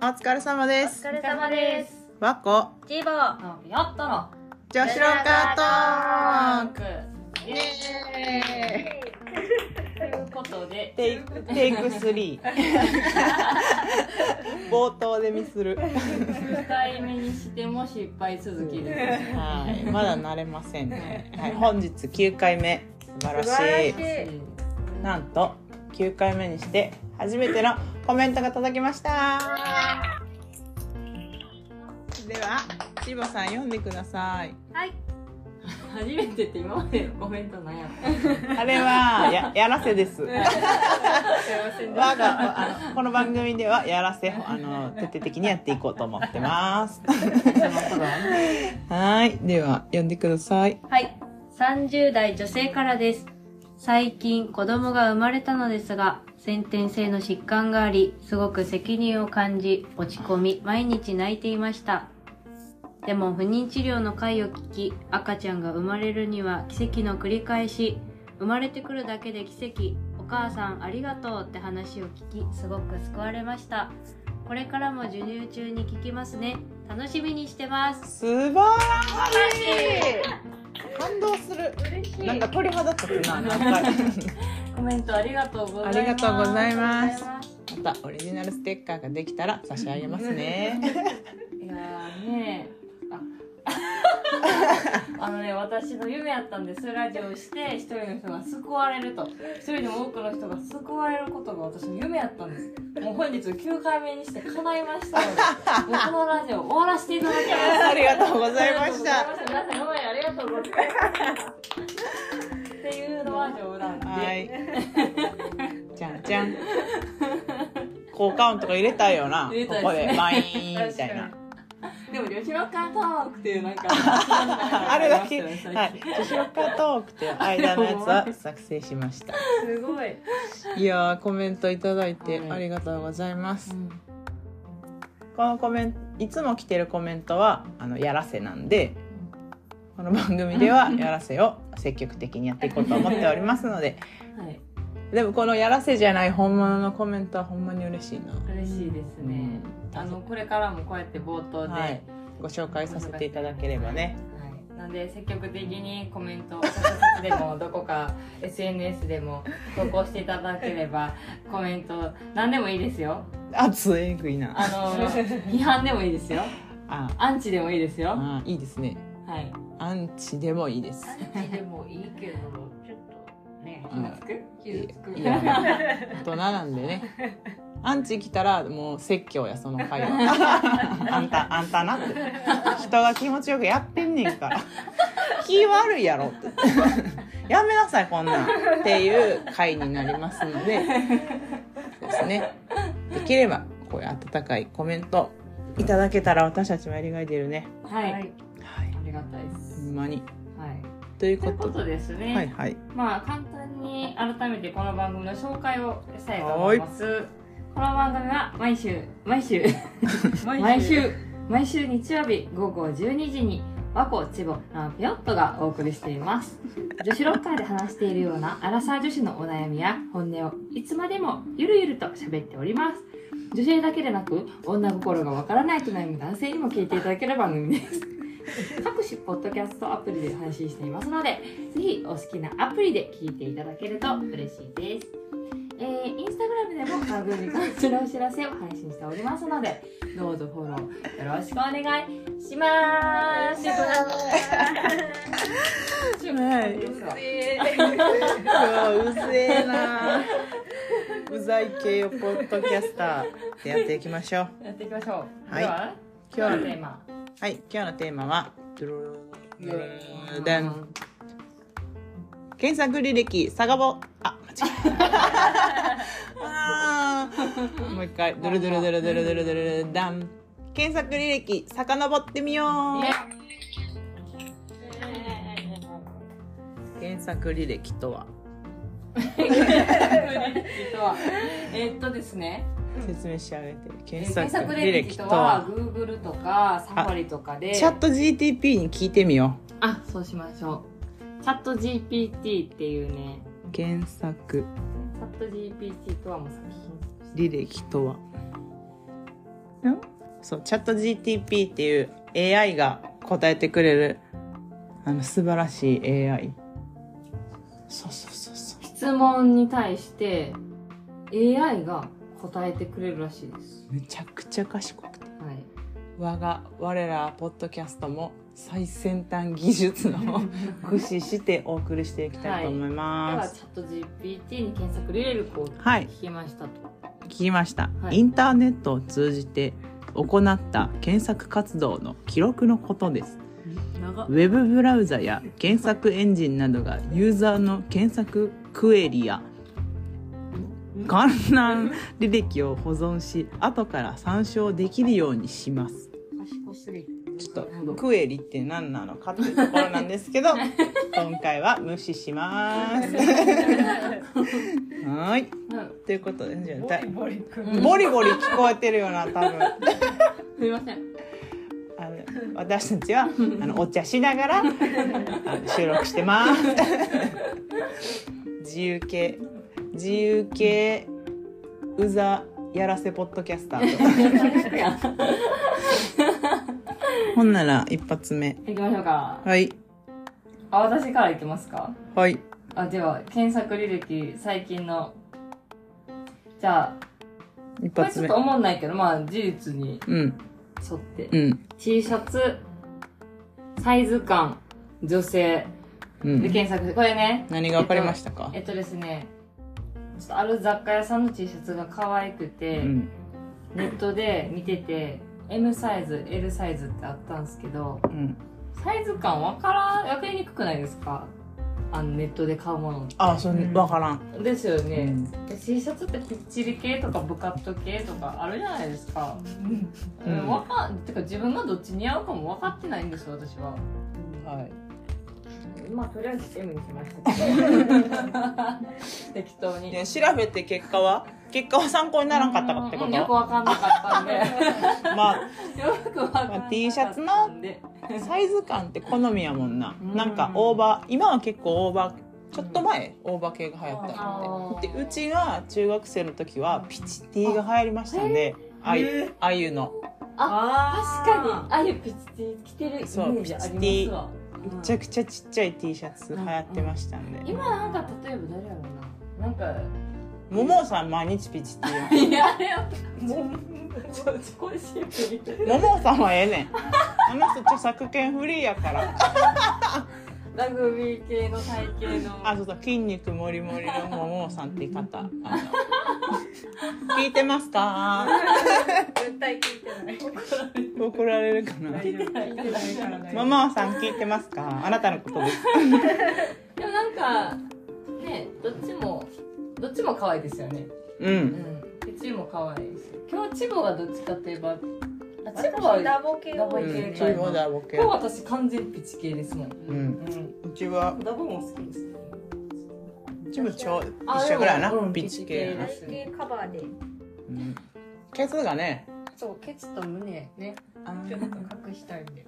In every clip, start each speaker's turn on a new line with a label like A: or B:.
A: お疲れ様
B: お
A: です
B: 疲れ様です。
A: 和子
B: ジボやったら
A: 女子ロカートーク
B: イ
A: イ
B: エ
A: エ
B: ーイということで
A: ーイ、テイクテイク3 冒頭でミスる
B: 2回目にしても失敗続きです。
A: はいまだ慣れませんね、はい、本日9回目素晴らしいなんと9回目にして初めてのコメントが届きましたではしぼさん読んでください
C: はい。
B: 初めてって今までのコメントなんや
A: あれはややらせです我があのこの番組ではやらせあの徹底的にやっていこうと思って ます。はい、では読んでください。
C: はい。30代女性からです。最近子供が生まれたのですが、先天性の疾患があり、すごく責任を感じ、落ち込み、毎日泣いていました。でも不妊治療の回を聞き、赤ちゃんが生まれるには奇跡の繰り返し、生まれてくるだけで奇跡、お母さんありがとうって話を聞き、すごく救われました。これからも授乳中に聞きますね。楽しみにして ます。
A: 素晴らしい。感動する。なんか鳥肌立つな。なんか
B: コメントありがとうございます。
A: ありがとうございます
B: あ
A: またオリジナルステッカーができたら差し上げますね。
B: りがとうございます。いやーね ああのね私の夢やったんですラジオをして一人の人が救われると一人でも多くの人が救われることが私の夢やったんですもう本日9回目にして叶いましたのでもうこのラジオ終わらせていただきま す
A: ありがとうございました。
B: ありがとうございました皆さん、今までありがとうございます。っていうのは冗談で。
A: はい。じゃんじゃん。効果音とか入れたいよな。
B: 入れ
A: こ
B: たいですね
A: こでバイーンみ
B: 確
A: た
B: か
A: いな。
B: に。でも、吉野カートークっていうなんか、あ
A: あれだけ、はい、女子ロッカートークという間のやつは 作成しました。
B: すごい。
A: いやー、コメントいただいて
B: はい
A: ありがとうございます。このコメント、いつも来てるコメントは、あの、やらせなんで、この番組で はやらせを積極的にやっていこうと思っておりますので、
B: はい。
A: でもこのやらせじゃない本物のコメントはほんまに嬉しいな。
B: 嬉しいですね。あの、これからもこうやって冒頭で。
A: は
B: はいい。
A: ご紹介させていただければね。
B: なんで積極的にコメント、直接でもどこか SNS でも投稿していただけ ればコメント何でもいいですよ。
A: 熱いえぐいな。
B: あの批判でもいいですよ。
A: あ
B: アンチでもいいですよ。は
A: あ、いいですね。
B: い。
A: アンチでもいいです。
B: アンチでもいいけど、ちょっとね
A: 傷つ
B: く
A: 傷つくいやい大人なんでねアンチ来たらもう説教やその会話 あんたあんたなって人が気持ちよくやってんねんから気悪いやろってやめなさいこんなんっていう会になりますのでそうですねできればこういう温かいコメントいただけたら私たちもやりがい出るね
B: はい。
C: は
B: あ
C: い
A: はい
B: りがたいです。
A: ほんまに
B: はい。
A: という
B: とい
A: こ
B: うことと
A: で
B: ですね。
A: はいはい
B: まあ簡単に改めてこの番組の紹介をしたいと思います。この番組は毎週毎週毎週毎週日曜日午後12時に和光千穂ランピョットがお送りしています。女子ロッカーで話しているようなアラサー女子のお悩みや本音をいつまでもゆるゆると喋っております。女性だけでなく女心がわからないと悩む男性にも聞いていただける番組です。各種ポッドキャストアプリで配信していますのでぜひお好きなアプリで聞いていただけると嬉しいです。えー、インスタグラムでも番組に関するお知らせを配信しておりますので、どうぞフォローよろしくお願いしま
A: はいい
B: す。
A: うわうぜえなうざい系をポッドキャスターでやっていきましょう
B: やっていきましょう。
A: はい
B: では、
A: 今
B: 今
A: 日
B: 日
A: の
B: のテーマ。
A: はい今日のテーマはドゥルルルルルルルン検索履歴サガボあ間違えたあーもう一回ドゥルドゥルドゥルドゥルドゥルドゥルルルダン検索履歴遡ってみよ
B: イ
A: う
B: エ
A: 検索履歴とは
B: ーイとはえっとですね、
A: 説明してあげて
B: えー
A: 検索
B: 検索
A: 履
B: 履
A: 歴
B: 歴
A: と
B: とは
A: は
B: Google とか Safari とかで
A: チャット GTP に聞いてみよ
B: あ、そうしましょう。チャット GPT っていうね、
A: う検索
B: チャット GPT とはもう先
A: 履歴とはそうチャット GTP っていう AI が答えてくれるあの素晴らしい AI そうそうそうそう
B: 質問に対して AI が答えてくれるらしいです。
A: めちゃくちゃ賢くて
B: はい。
A: 我が我らポッドキャストも最先端技術 の駆使してお送りしていきたいと思い
B: で
A: ま
B: は
A: す
B: チャット GPT に検索入れる子を
A: はい
B: 聞きましたと。
A: 聞きました、
B: はい
A: インターネットを通じて行った検索活動の記録のことです
C: 長っ
A: ウェブブラウザや検索エンジンなどがユーザーの検索クエリや観覧履歴を保存し後から参照できるようにします
B: 賢すぎる。
A: ちょっとクエリって何なのかっていうところなんです けど今回は無視しますはーい
B: うん
A: ということでじゃあだ
D: ボリく
B: ん
A: ボリボリ聞こえてるよな多分
B: すみません。
A: あの私た ちはあのお茶しなが らあの収録してます。自由系自由系うざやらせポッドキャスターと。 ほんなら一発目
B: 行きましょうか。
A: はい
B: あ、私から行きますか。
A: はい
B: あ、では検索履歴最近の。じゃあ、
A: 一
B: これち
A: 発
B: ょっ
A: 目
B: と思んないけど、まあ事実に
A: うん
B: 沿って。
A: うん。
B: T シャツ、サイズ感、女性
A: う
B: で
A: ん、
B: 検索して、これね、
A: 何が分かりましたか、
B: えっとですね、ちょっとある雑貨屋さんの T シャツが可愛くて、
A: うん
B: ネットで見てて、M サイズ、L サイズってあったんですけど、
A: うん、
B: サイズ感わからん、わかりにくくないですかあのネットで買うもの。
A: あそれ
D: うん
A: 分からん、
B: ですよ
A: う
B: ね。で T シャツってぴっちり系とかブカット系とかあるじゃないですか。
A: う
B: うんん、わかん、てか自分がどっちに合うかも分かってないんですよ、私は。
A: はい
B: まあとりあえず M にしましたけど 適当に
A: で調べて結果は結果は参考にならんかったかってこ
B: うんよく
A: と
B: わかんなかったん で
A: まあ
B: よくわかんなかったんで
A: T シャツのサイズ感って好みやもんな。なんかオーバー、今は結構オーバー、ちょっと前、オーバー系が流行ったので。
B: あー
A: で、うちが中学生の時はピチティが流行りましたんで、あゆ、あゆの。
D: あ
B: 確かにああいうピチティ着てるイメ
A: そう
B: ージありますわ
A: めちゃくちゃちっちゃい T シャツ流行ってましたんで。
B: 今なんか例えば誰やろうななんか
A: ももさん毎日ピチティ
B: いやあれはもうちょっとこれシンプ ルに
A: や。ももさんはええねん。あの人著作権フリーやから。
B: ラグビー系の体型の
A: あ、そうそう、筋肉もりもりのももさんって方。あ の聞いてますか
D: 絶対聞いてな い
A: 怒られるかな
D: 大丈夫聞いてないから
A: マ
D: ね
A: マさん聞いてますかあなたのことです
B: でもなんかねどっちもどっちも可愛いですよね
A: う
B: うんんチも可愛いし今日チボがどっちかといえばあチボは
D: 私ダボ系を
B: ダボ
A: う
B: 系
A: ん
B: ん
A: ちょいもだボケ
B: 今日私完全ピチ系ですもん、
A: う
D: うん
B: うん、
A: うちは
B: ダボも好きです
A: うちもちょう
B: あ
A: 一緒ぐらいや
B: でもう
A: なんピッチ系やな
D: 体型カバーで
A: うんケツがね
B: そうケツと胸 ね
D: ちょっと隠したいんで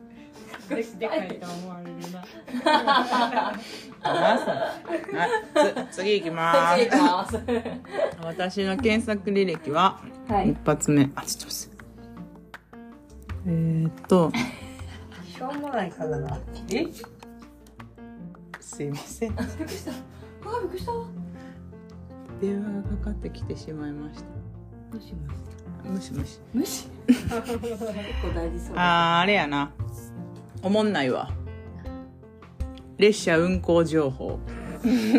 D: 隠してて
B: か
D: か
B: い
D: いと思われるな
A: マスはいつ次行きま
B: 次
A: す
B: いきます
A: 私の検索履歴は
B: はい
A: 一発目あちょっと待ってえーっと
D: しょうもないからな
B: え
A: すいません
B: びっくりしたあびっくりした
A: 電話がかかってきてしまいました
B: 無視無視
A: むしむし
B: 無視結構大事そうだ
A: あーあれやなおもんないわ列車運行情報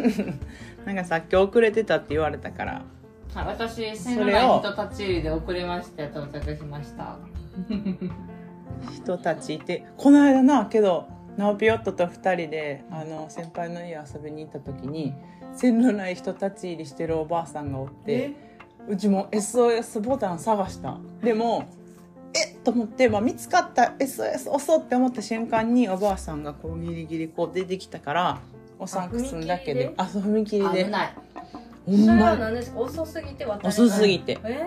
A: なんかさっき遅れてたって言われたから
B: はい私線路内人立ち入りで遅れまして到着しました
A: 人たちいてこの間なけどナオピオットと2人であの先輩の家遊びに行った時に線路内人立ち入りしてるおばあさんがおってうちも SOS ボタン探したでもえっと思って、まあ、見つかった SOS 押そうって思った瞬間におばあさんがこうギリギリこう出てきたからお散歩すんだけであそう踏切で
B: 危ない
A: ほん
D: それ
A: ま
D: は
A: に
D: 何ですか遅すぎて渡れない
A: 遅すぎて
D: え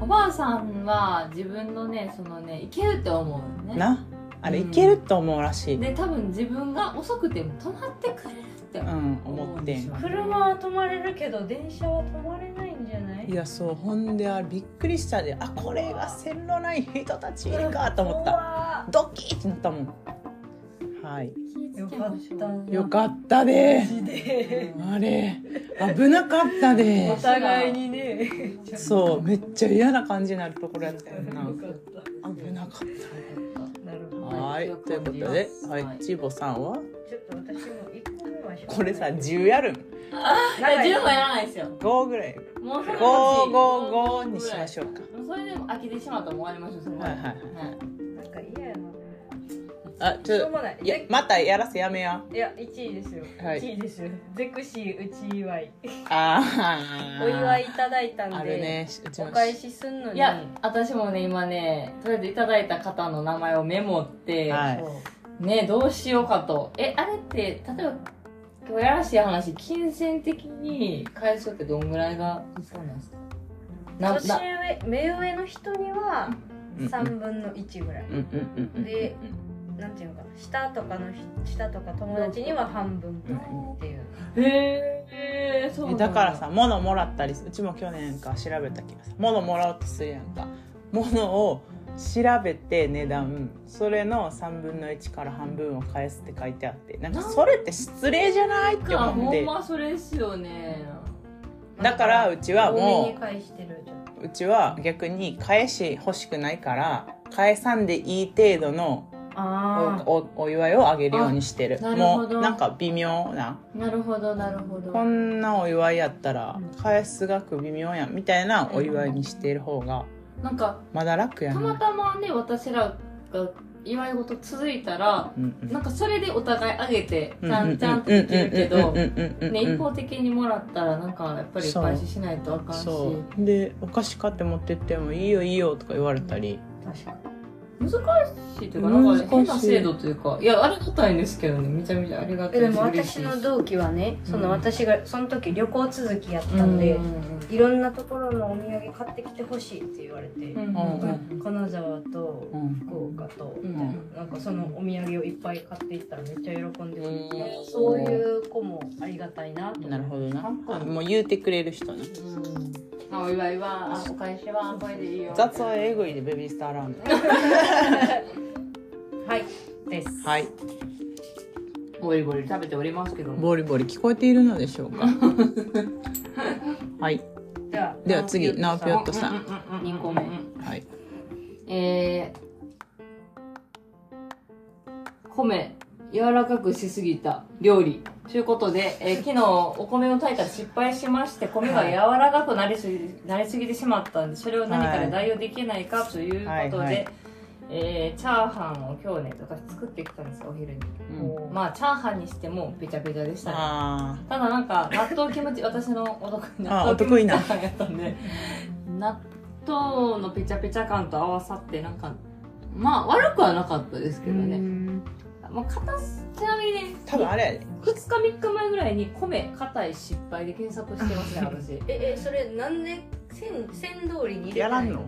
B: おばあさんは自分のねそのねいけるって思うのね
A: なあれいけると思うらしい、うん
B: で多分自分が遅くても止まってくれるって
A: 思ってん
D: ー車は止まれるけど電車は止まれないんじゃない
A: いいやそうほんであれびっくりしたであこれが線路ない人たちかと思った
D: た
A: ドキッてなったもんはい
D: よかったな
A: よかったで
D: マジで
A: あれ危なかったで
D: お互いにね
A: そうめっちゃ嫌な感じになるところやったよ
D: よ
A: な
D: かっ
A: 危なかった
D: たなるほ
A: ね
D: ど
A: はいということではいチーボさんは
D: ちょっと私も一個目はしょうがない
A: これさ10やるん
D: 長い
B: 10もやらないですよ
A: 5ぐらい
B: もうそれ
A: 555にしましょうか
B: うそれでも飽きてしまったらもう終わりましょうそれは
A: はいはいはい
B: はい
D: なんか嫌やな
A: あち
D: しょ
A: ょ
D: う
A: っと
D: もない
A: いやまたやらせやめや
D: いや1位ですよ、
A: はい
D: 1位ですよゼクシーうち祝い
A: ああ
D: お祝いいただいたんで
A: あるねうち
D: お
A: の
D: 返しすんのに
B: いや、私もね、今ね、とりあえずいただいた方の名前をメモって、
A: はい
B: ね、どうしようかと。え、あれって、例えば、今日やらしい話、金銭的に返すってどんぐらいが理想なんですかな、
D: 年
B: な、
D: 上目上の人には
A: うんうん
D: 3分の1ぐらい、
A: うんうんうんうん
D: でなんていうのかな下とかの人下とか友達には半分ぐらいっていう
B: へー、そう
A: え
B: なん
A: だからさ、物もらったりすうちも去年か調べた気がさ物もらおうとするやんか物を調べて値段それの3分の1から半分を返すって書いてあってなんかそれって失礼じゃないって
B: なんか
A: 思っ
B: ほん
A: て
B: まそれですよね。
A: だからうちは
D: 多め
A: も
D: に返してるちょっと
A: ううちは逆に返し欲しくないから返さんでいい程度の
D: あ
A: おおお祝いをあげるようにしてる
B: あなる
A: も
B: ほど
A: うなんか微妙な
B: なるほど、なるほど。
A: こんなお祝いやったら返す額微妙やんみたいなお祝いにしている方が
B: なんか、
A: まだ楽や
B: た
A: な、
B: またまね、私らが祝い事続いたら、
A: うんうん
B: なんかそれでお互いあげてちゃ
A: うん
B: んちゃんって言ってるけど、
A: うんうんうんうんうん
B: ね、一方的にもらったらなんかやっぱりお返ししないとあかんし
A: そうでお菓子買って持ってっても「いいよいいよ」とか言われたり、
D: 確かに
B: 難しいというかなんか変
A: 難
B: な
A: しい
B: 制度というかいやありがたいんですけどねめちゃめちゃありがたい
D: えで
B: し
D: も
B: 嬉し
D: 私
B: い
D: の同期はねそ
B: うん
D: の私がその時旅行続きやったんで、
B: うん
D: いろんなところのお土産買ってきてほしいって言われて、
B: うんうんうん
D: 金沢と
A: うん
D: 福岡と、
B: うん
D: なんかそのお土産をいっぱい買っていったらめっちゃ喜んでくれて、
A: うん
D: そういう子もありがたいなと思って
A: なるほどなあもう言うてくれる人ね
B: まあお祝いはあお返しはこれでいいよ
A: 雑はエグいでベビースターラーメ
D: はいです
A: ンはい
B: ボリボリ食べておりますけども
A: ボリボリ聞こえているのでしょうかはい
D: では
A: では次ナオピョットさん
B: 2個目
A: はい
B: えー米柔らかくしすぎた料理ということで、えー昨日お米の炊いたら失敗しまして米が柔らかくなりすぎ,、なりすぎてしまったんでそれを何かで代用できないかということで、
A: はいはい
B: えーチャーハンを今日ね私作ってきたんですよお昼に
A: うん
B: まあチャーハンにしてもべちゃべちゃでしたね
A: あ
B: ただなんか納豆キムチ私のお得意
A: あ
B: な納豆キムチ
A: お
B: チャ
A: 得
B: ーハンやったんで納豆のペチャペチャ感と合わさってなんかまあ悪くはなかったですけどね、まあ、硬すちなみにね
A: ー多分あれやで
B: 2日3日前ぐらいに米硬い失敗で検索して ますね私
D: ええそれなんで線線通りに入れ
A: やら
D: たい
A: んの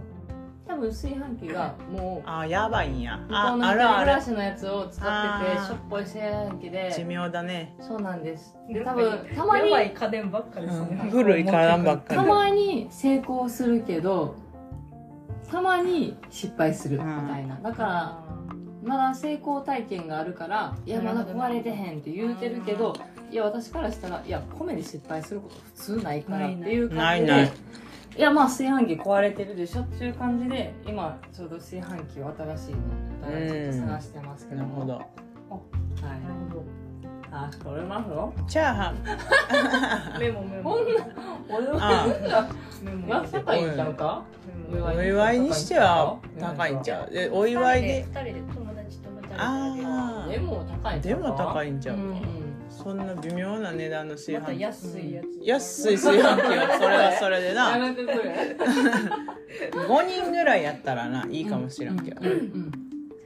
B: 多分炊飯器がもう
A: あーやばいんや
B: 向こ
A: あ
B: うの
A: あ
B: 一人暮
A: るあ
B: ら
A: る
B: しのやつを使って
A: あ
B: て
A: ー
B: しょっぽい炊飯器
A: 寿
B: で
A: 命だね、
B: そうなんですで
D: や
B: 多
D: ばい
B: 分たまに
D: やばい家電ばっかですね、
A: 古いからばっかり
B: たまに成功するけどたまに失敗するみたいな、だからまだ成功体験があるからいやまだ壊れてへんって言うてるけどいや私からしたらいや米で失敗すること普通ないからっていう
A: な
B: 感
A: い
B: じで
A: ない
B: いやまあ炊飯器壊れてるでしょっていう感じで今ちょうど炊飯器を新しいのお互いちょっと探してますけ
A: な
B: ど
A: るほ
B: も
A: ど
B: はい
D: なるほ
B: あ取れますよ
A: チャーハン
D: どメモメモ
B: こんな俺
A: あ
B: は
D: メモ
B: 安高いんちゃうか
D: メモ
A: お祝いにしては高いんちゃうでお祝いで
D: 二人で友達と二人で
A: あ
B: でも高い
A: あ
B: んち
A: で
B: ゃうか
A: も高いんちゃう
B: う
A: か、
B: んうん
A: そんな微妙な値段の炊
D: また
A: 飯器
D: 安いやつ、
A: 安い炊飯器はそれはそれで
B: や
A: な
B: めてくれ
A: 5人ぐらいやったらないいかもしれんけど、
B: うんうん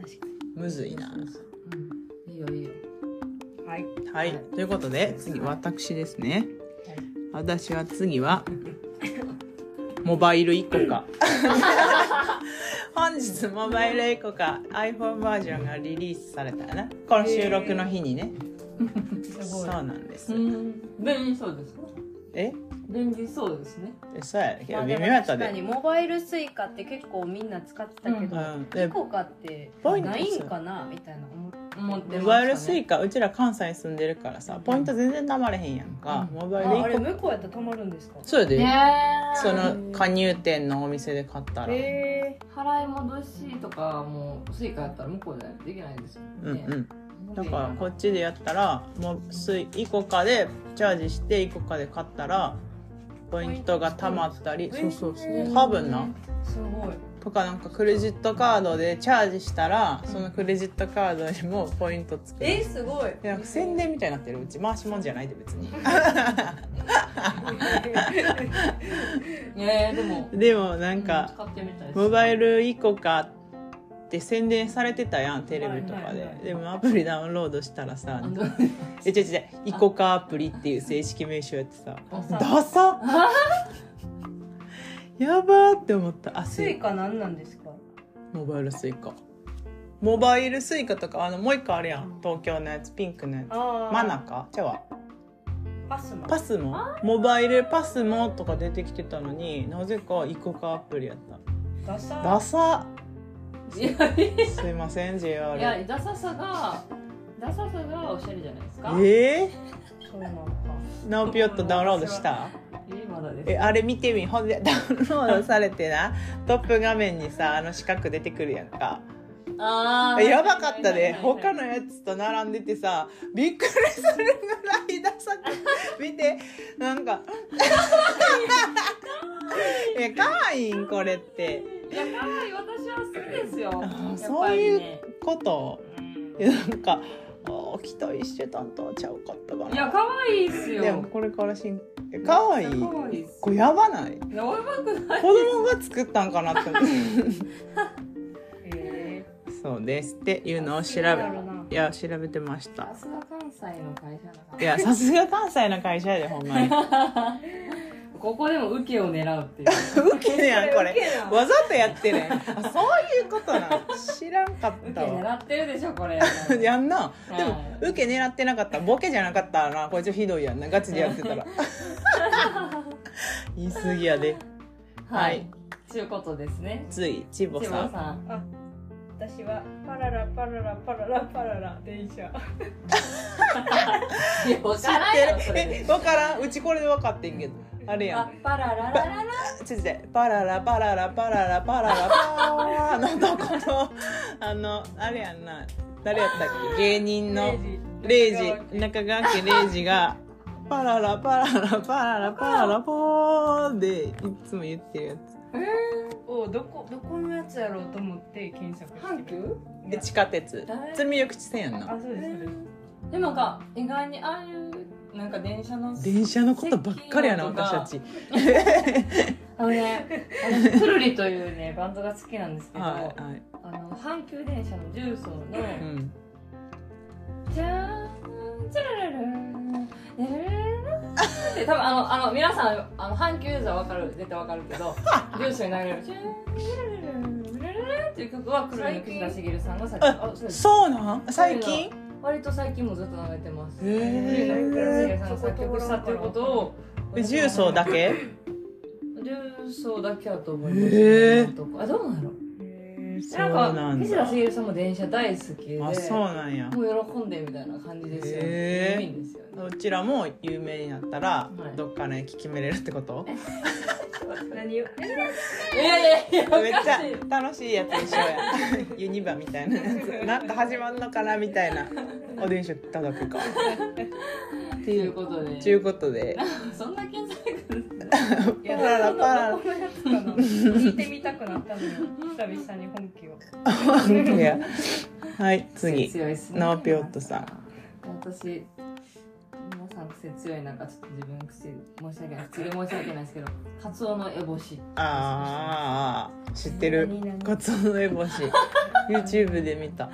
D: 確か
A: むずいな
B: うんいいよいいよ
D: にはい
A: はいということで次私ですね私は次はモバイル1個か本日モバイル1個か iPhone バージョンがリリースされたよなこの収録の日にね
D: す
A: そう
D: ごい
A: なんです、
B: うん便利そうですか
A: え
B: 便利そうですね。
A: えそうやけ
D: ま
A: ど
D: あ
A: 微
D: でも
A: 妙やった
D: 確かに
A: で、
D: モバイルスイカって結構みんな使ってたけど、
A: うん、
D: イ
A: で
D: コカって
A: ポイント
D: ないんかなみたいな思って
B: 思ってましたね
A: モバイルスイカうちら関西に住んでるからさポイント全然たまれへんやんか、
B: うん
A: モバイル
D: あ
A: で
D: あれ
A: 一個
D: 向こうやったら止まるんですか
A: そうやで、
B: ね
A: その加入店のお店で買ったら、
D: へえ
B: 払い戻しとかもスイカやったら向こうではできないですよ
A: うん
B: ね。
A: うんだからこっちでやったらもうすイコカでチャージしてイコカで買ったらポイントがたまったりそうそうそう多分な
D: すごい
A: とかなんかクレジットカードでチャージしたらそのクレジットカードにもポイントつく
D: えすごい
A: でなんか宣伝みたいになってるうち回しもんじゃないで別に
B: えー、でも
A: でもなんか
B: 使ってみたいです
A: モバイルイコカって宣伝されてたやんテレビとか
D: はいはい
A: で
D: はい
A: でもアプリダウンロードしたらさ
B: あの
A: え違う違うイコカアプリっていう正式名称やってさ
B: おさ
A: ダ サやばーって思ったあ
D: ス
A: ス
D: イ
A: イカ
D: カ何なんですか
A: モバイルスイカモバイルスイカとかあのもう一個あるやん東京のやつピンクのやつ
D: あー
A: マナカじゃあ
D: パスマ
A: パスモモバイルパスモとか出てきてたのになぜかイコカアプリやった
D: ダサ
A: ダサ
B: いやい
A: すいません JR
B: やいやダサさがダサさがおしゃれじゃないですか。
A: え
D: そうなのか
A: ー、ナオピヨットダウンロードした
B: えまだです。
A: えあれ見てみほんでダウンロードされてなトップ画面にさあの四角出てくるやんか
B: あー
A: やばかったで、他。
B: は
A: の
B: いはいはいはい
A: やつと並んでてさびっくりするぐらいダサ く見てなんか いやかわいいんこれって
B: いや可愛い私は好きですよ。
A: あー
B: やっぱりね
A: こと
B: うん
A: いやなんかあ期待してたんとはちゃうかったか
B: いや
A: な
B: 可愛いですよ。
A: でもこれからしんえかわいい
B: めっちゃ可愛いっす
A: これやばない
B: いややばくない。
A: 子供が作ったんかな って思う
D: へ
A: そうですっていうのを調べいや調べてました
B: さすが関西の会社だか
A: いやさすが関西の会社やでほん まに
B: ら。ここでも受けを狙うっていう。
A: ウケる
D: え
A: やんこれ
D: ウケるな
A: わざとやってるやんあそういうことなん知らんかっ
B: 受け
A: たわ
B: 狙ってるでしょ これ。
A: やんなでも
B: は
A: 受け狙ってなかったボケじゃなかったらなこいつひどいやんなガチでやってた ら言い過ぎやでは
B: はいい。ちゅうことですね。
A: ついちぼ
B: ち
A: さ
B: ば
A: ん
B: さん。
D: 私はパララパララパララパララ電車
B: いや、わ
A: 知 ってるえ分からんうちこれで分かってんけどあれやん
B: あ、パラララララ。
A: ちょっと待ってパララパララパララパララパーのとこ のあのあれやんな誰やったっけ芸人のレイジ中川家レイジがパララパララパララパララポーでいつも言ってるやつ
D: をどこどこのやつやろうと思って検索
B: 阪
D: してる
B: 急。
A: で地下鉄積緑地線やんな
D: あそうですそうです
B: でもなんか、意外にああいう、なんか電車の。
A: 電車のことばっかりやな私たち
B: あの ね、あの、くるりというね、バンドが好きなんですけど。あ
A: はいはい
B: の、阪急電車の重曹の。
A: うん
B: じゃーん、じゃらららーじゃらららーって多分あの、あの、皆さん、あの、阪急ユーザーわかる、絶対わかるけど、住所に流れる、じゃーん、じゃらららーじゃらららーっていう曲は、黒の串田茂さんが最近、あ、そうです。
A: そうなん最近
B: 割と最近もずっと流れてます。
A: へ
B: 黒
A: ー
B: の串田茂さんが作曲したっていうことを、
A: え重曹だけ
B: 重曹だけだと思います、
A: へー
B: 今のとこあ、どうなの
A: そう
B: な
A: なんんだ
B: か、串田茂さんも電車大好きで、
A: あそうなんや
B: もう喜んでみたいな感じですよね。
A: へー
B: いいんですよね。
A: うちらも有名になったら、
B: はい
A: どっかの駅決めれるってこと
D: 何を
B: いやいやいや、
A: めっちゃ楽しいやつ一緒やユニバみたいなやつ なんか始まんのかなみたいなお電車ただけか
B: っていうことで。
A: ということで
B: そんな検索。
D: いや
A: パララパララ
D: どこのやつかな聞いてみたくなったのよ久々に本気を
A: はい次
B: 強いっすね。
A: ナオピオットさん。
B: 私。皆さん癖強いなんかちょっと自分口申し訳ない口で申し訳ないですけどカツオの烏帽子
A: あーあー知ってる
D: 何々
A: カツオの烏帽子 YouTube で見た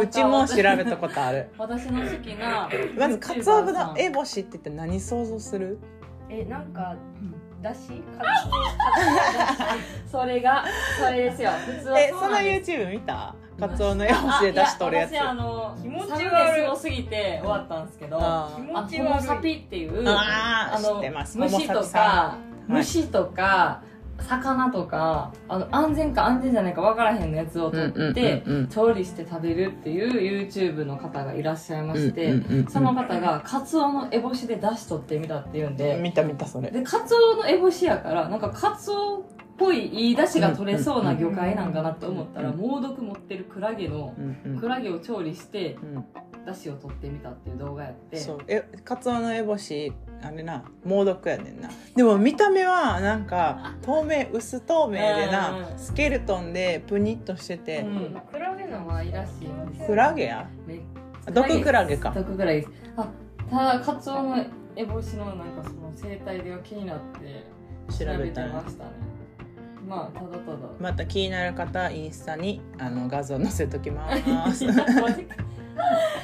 A: うちも調べたことある
B: 私の好きな
A: まずカツオブの
B: え
A: 烏帽子って言って何想像する
D: えなんかだし
B: それがそれですよ普通は
A: え
B: そ
A: そうの
B: なんです
A: YouTube 見たカツオの絵をで出しとるやつ
B: い私あの
D: 気持ち悪い
B: 寒いすごすぎて終わったんですけどあ
A: あ
D: 気
A: ー
D: 持ち
B: ホモサ
D: 悪い
B: ピっていう
A: あー
B: の
A: 知ってます
B: 虫
A: ホモサ
B: と
A: ピさ
B: か
A: んはい
B: 虫とか魚とかあの安全か安全じゃないか分からへんのやつを取
A: うんうんう
B: っ
A: ん
B: て
A: うん
B: 調理して食べるっていう YouTube の方がいらっしゃいまして、
A: うんうんうんうん
B: その方がカツオの烏帽子で出しとってみたっていうんで、
A: 見た見たそれ
B: でカツオの烏帽子やからなんかカツオっぽいいい出汁が取れそうな魚介なんかなって思ったら
A: うん
B: 猛毒持ってるクラゲの
A: うんうん
B: クラゲを調理して
A: うん
B: 出汁を取ってみたっていう動画やって
A: そうえカツオの烏帽子あれな猛毒やねんなでも見た目はなんか透明薄透明で
B: う
A: なんスケルトンでプニッとしてて
B: う、ん
D: クラゲな
B: 可愛らしいんです
A: クラゲや
B: めっ
A: 毒クラゲか
B: 毒クラゲですあただカツオの烏帽子のなんかその生態が気になって
A: 調
B: 調べ
A: べ
B: て
A: たら
B: ましたねまあただただ
A: また気になる方はインスタにあの画像載せときます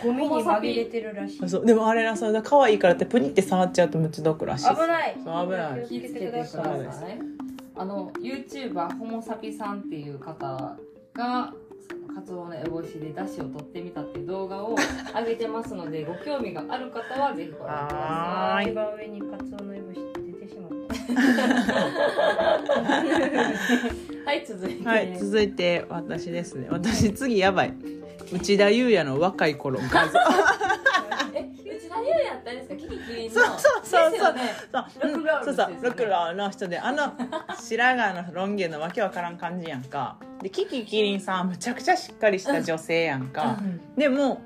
D: ゴミに紛れてるらしい危
A: そうでもあれらそうだ可愛いからってプニって触っちゃうとむっちゃ毒らしい
D: ない
A: そう危ない
D: 気を
B: 気を
D: つ
B: つ
D: け
B: け
D: て
B: て
D: く
B: く
D: だ
B: だ
D: さ
A: そう
D: い
A: です
B: さい。あの YouTuber ホモサピさんっていう方がカツオの烏帽子で出汁を取ってみたっていう動画を上げてますのでご興味がある方はぜひご覧くださ
A: はーい
D: 一番上にカツオのいぶし出てしまった
B: い。はい続いて、
A: はい続いて私ですね私次やばい内田裕也の若い頃の画像
B: え内田優也やったんですかキキキリンの
A: そうそうそうそう
B: ですよね
A: そううんそうそうロクロの人であの白髪のロン毛のわけわからん感じやんかでキキキリンさんむちゃくちゃしっかりした女性やんかでも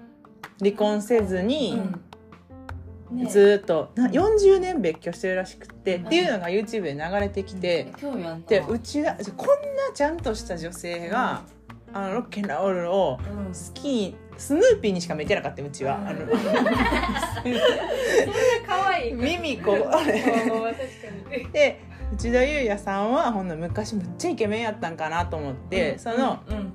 A: 離婚せずに、
B: うんねえ
A: ずーっとな40年別居してるらしくって、っていうのが YouTube で流れてきて、
B: 興味あんな
A: でうちらこんなちゃんとした女性が、あのロッケンロールを
B: うん
A: スキースヌーピーにしか見てなかったうちは、あの
D: 可愛い
A: 耳こうあれ
D: 確かに
A: で内田裕也さんはほんの昔むっちゃイケメンやったんかなと思って、その、
B: うん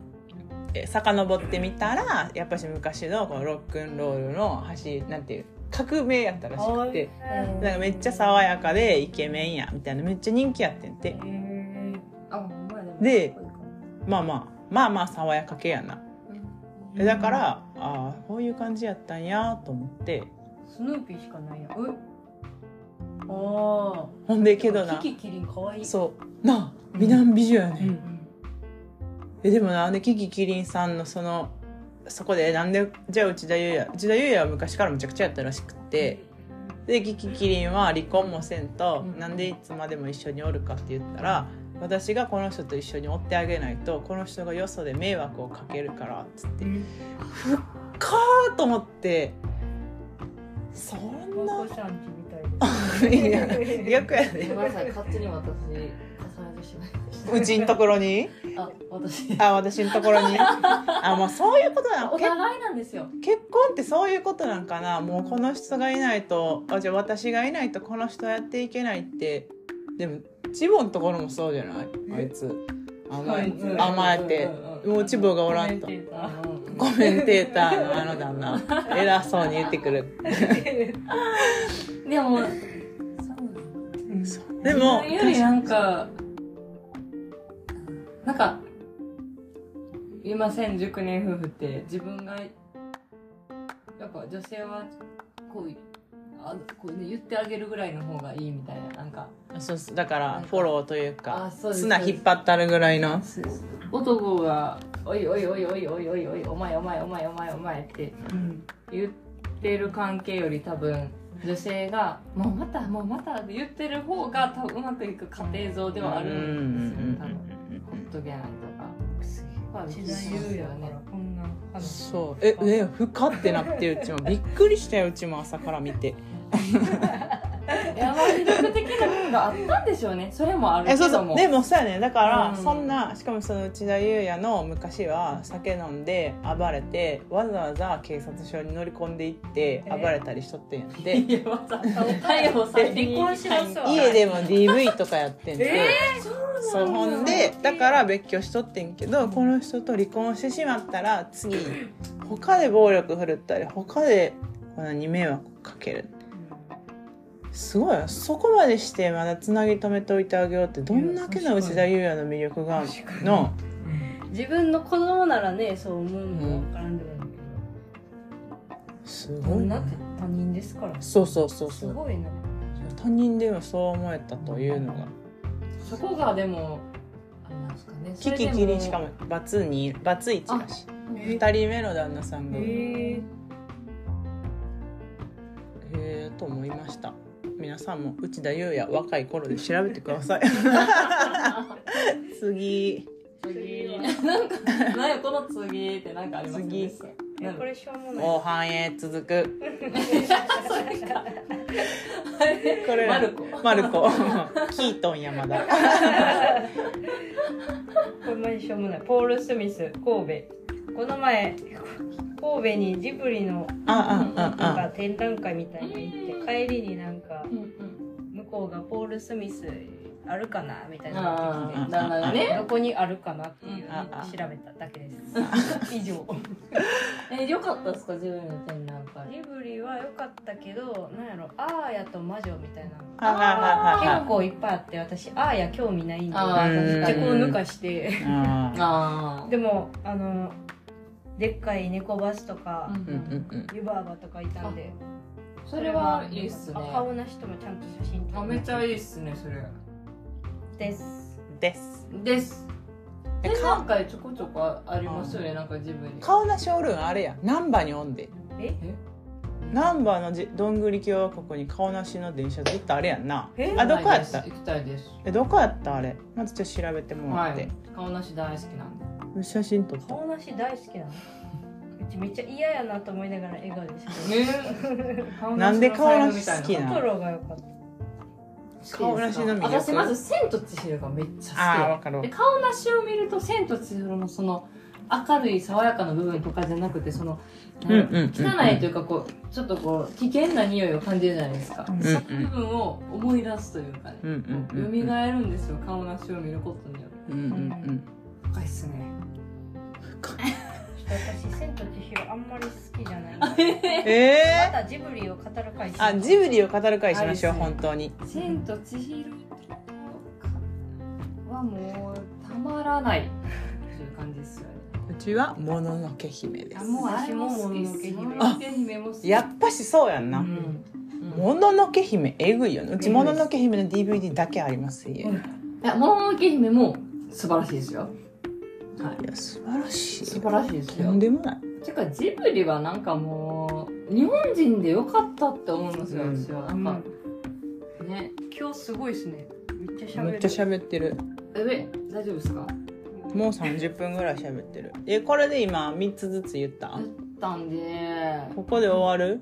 A: え遡ってみたらやっぱし昔のこのロックンロールの走りなんていう革命やったらしくて。
B: うん
A: なんかめっちゃ爽やかでイケメンやみたいなめっちゃ人気やってんて
B: あほんまやね
A: でまあまあまあまあ爽やか系やな
B: う
A: え
B: ん
A: だからああこういう感じやったんやと思って
D: スヌーピーしかないやん
B: あ
A: ほんで
B: あ
A: けどな
B: キキキリン可愛い
A: そうなあ美男美女やね、
B: うん
A: ん、えでもなあのキキキリンさんのそのそこでなんでじゃあ内田裕也内田裕也は昔からむちゃくちゃやったらしくってでキキキリンは離婚もせんと、
B: うん
A: なんでいつまでも一緒におるかって言ったら私がこの人と一緒におってあげないとこの人がよそで迷惑をかけるからっつって、ふっかーと思ってそん
D: お
A: な
D: 子さんちみたい
A: いや逆や
B: ごめ
A: で
B: んなさい勝手に私重ねてしまいました
A: うちんところに
B: あ私
A: あ私のところにあまあそういうことなの
B: お互いなんですよ
A: 結婚ってそういうことなんかなもうこの人がいないとあじゃあ私がいないとこの人はやっていけないってでもチボのところもそうじゃないあいつ甘え甘えてもうチボがおらんと
B: コメンテーター
A: コメンテーターのあの旦那偉そうに言ってくる
B: でも
A: でも
B: 自分よりなんかなんかいません熟年夫婦って自分がやっぱ女性はこうあこう、ね、言ってあげるぐらいの方がいいみたいななんか
A: そうそうだからフォローというか
B: あそうです
A: 砂引っ張ったるぐらいの
B: 男が「おいおいおいおいおいおいおいお前お前お前お前お前」って言ってる関係より多分女性が「もうまたもうまた」って言ってる方が多分うまくいく家庭像ではあるんですよね多分ホットギャランとか。まあ
D: な時代優やからこんな話
A: そうええ深ってなってうちもびっくりしたようちも朝から見て
B: いやまあ魅力的な部分があったんでしょうねそれもある
A: え
B: け
A: そう
B: ど
A: そう
B: も
A: でもそうやねだから、
B: うん
A: そんなしかもその内田裕也の昔は酒飲んで暴れてわざわざ警察署に乗り込んでいって
D: えー
A: 暴れたりしとってんやって、
B: いやわざわざ逮捕されに
D: 離婚しなさい
A: 家でも DV とかやってんて、そうほんでだから別居しとってんけどこの人と離婚してしまったら次他で暴力振るったり他でこんなに迷惑かけるすごいよそこまでしてまだつなぎ止めておいてあげようってどんだけの内田裕也の魅力がの
D: 自分の子供ならねそう思うの分からんでもないけ
A: す
D: ど、
A: ごい
D: 女
A: な
D: って他人ですから
A: そうそうそう
D: す
A: そう
D: ごいな
A: 他人ではそう思えたというのが
B: そこがでもあれなんですかね
A: キ
B: それで
A: キキリしかもバツにバツイチだし二人目の旦那さんがへ
D: え
A: えと思いました皆さんも内田裕也若い頃で調べてくだ さい次
B: 次なんかなんやこの次ってなんかありますよね
A: 次
B: なんか
D: これしょうもない
A: 後半へ続くこれ
B: マルコ
A: マルコキートン山田
D: これマジしょうもないポール・スミス神戸この前神戸にジブリの
A: ああ
D: なん
A: あ
D: か展覧会みたいなの行って帰りになんか
B: うんうん
D: 向こうがポール・スミスあるかなみたいなのが
B: あ
D: 来
B: あ旦那が
D: て
B: ね
D: どこにあるかなっていうの
A: ああ
D: を調べただけです以上
B: え良かったですか自分の展覧会
D: ジブリは良かったけどなんやろ「あーやと魔女」みたいなの
A: ああはいはいはい
D: 結構いっぱいあって私「あーや興味ないんで
B: あ
A: ー
D: じゃあこう抜かして
A: ああ
B: あ
D: でもあのでっかい猫バスと
B: あ
D: か、
B: うんう
A: うん
B: ん
A: うん
D: 湯婆婆とかいたんで
B: それはいいっすね
D: あ顔な人もちゃんと写真撮
B: あ
D: る
B: めちゃいいっすねそれ
D: です
A: うんです
B: です
A: え
B: 展
A: か
B: 覧会ちょこちょこあありますよねなんか自分に
A: 顔なしおるんあれや難波におんで
D: え
A: 難波のじどんぐり共和国に顔なしの電車ずっとあれやんな
D: え
A: あどこやった
B: 行きたいです
A: えどこやったあれまずちょっと調べても
B: は
A: らって、
B: い顔なし大好きなんで
A: 写真撮った
D: 顔なし大好きなのうちめっちゃ嫌やなと思いながら笑顔でした
B: ね
A: なんで顔なし好き
B: 好
A: な
D: ト
A: の
D: ロが良かった
A: 顔なしの魅力
B: 私まず「千と千尋」がめっち
A: ああ
B: ゃ
A: わかる
B: 好き
A: わ
B: で顔なしを見ると「千と千尋」のその明るい爽やかな部分とかじゃなくてその、
A: うんうんうん
B: 汚いというかこうちょっとこう危険な匂いを感じるじゃないですか、
A: んうん
B: その部分を思い出すというかね、
A: うんうんうんうん
B: 蘇るんですよ顔なしを見ることによって
A: うんうん
B: 深いっすね
D: 私「千と千尋」あんまり好きじゃないのま
A: うんえ
D: たジブリを語る会
A: ー、あジブリ
D: を
A: を語る会しましょう
B: あい
A: 本
B: いっすね
A: 当に
B: 「千と千尋」はもうたまらないという感じですよね
A: うちはもののけ姫で
B: あ
A: す
B: もうあれも好きっす
D: 私ももの
B: もの
D: の
B: のけ姫も好き
A: やっぱしそうやん
B: う
A: な、
B: ん
A: もののけ姫えぐいよねうち
B: えぐ
A: も
B: いです
A: ののけ姫の DVD だけあります家に、
D: うん
A: い
B: いやもののけ姫も素晴らしいですよはい
A: や素晴らしい
B: 素晴らしいです
A: と
B: よ
A: んでもない
B: てかジブリはなんかもう日本人でよかったって思いますよ
A: うん
B: 私はなんかね
D: 今日すごいですねめっちゃしゃべる
A: めっちゃ喋ってる
B: ええ大丈夫ですか
A: もう30分ぐらい喋ってるえこれで今3つずつ言った
B: 言ったんで
A: ここで終わる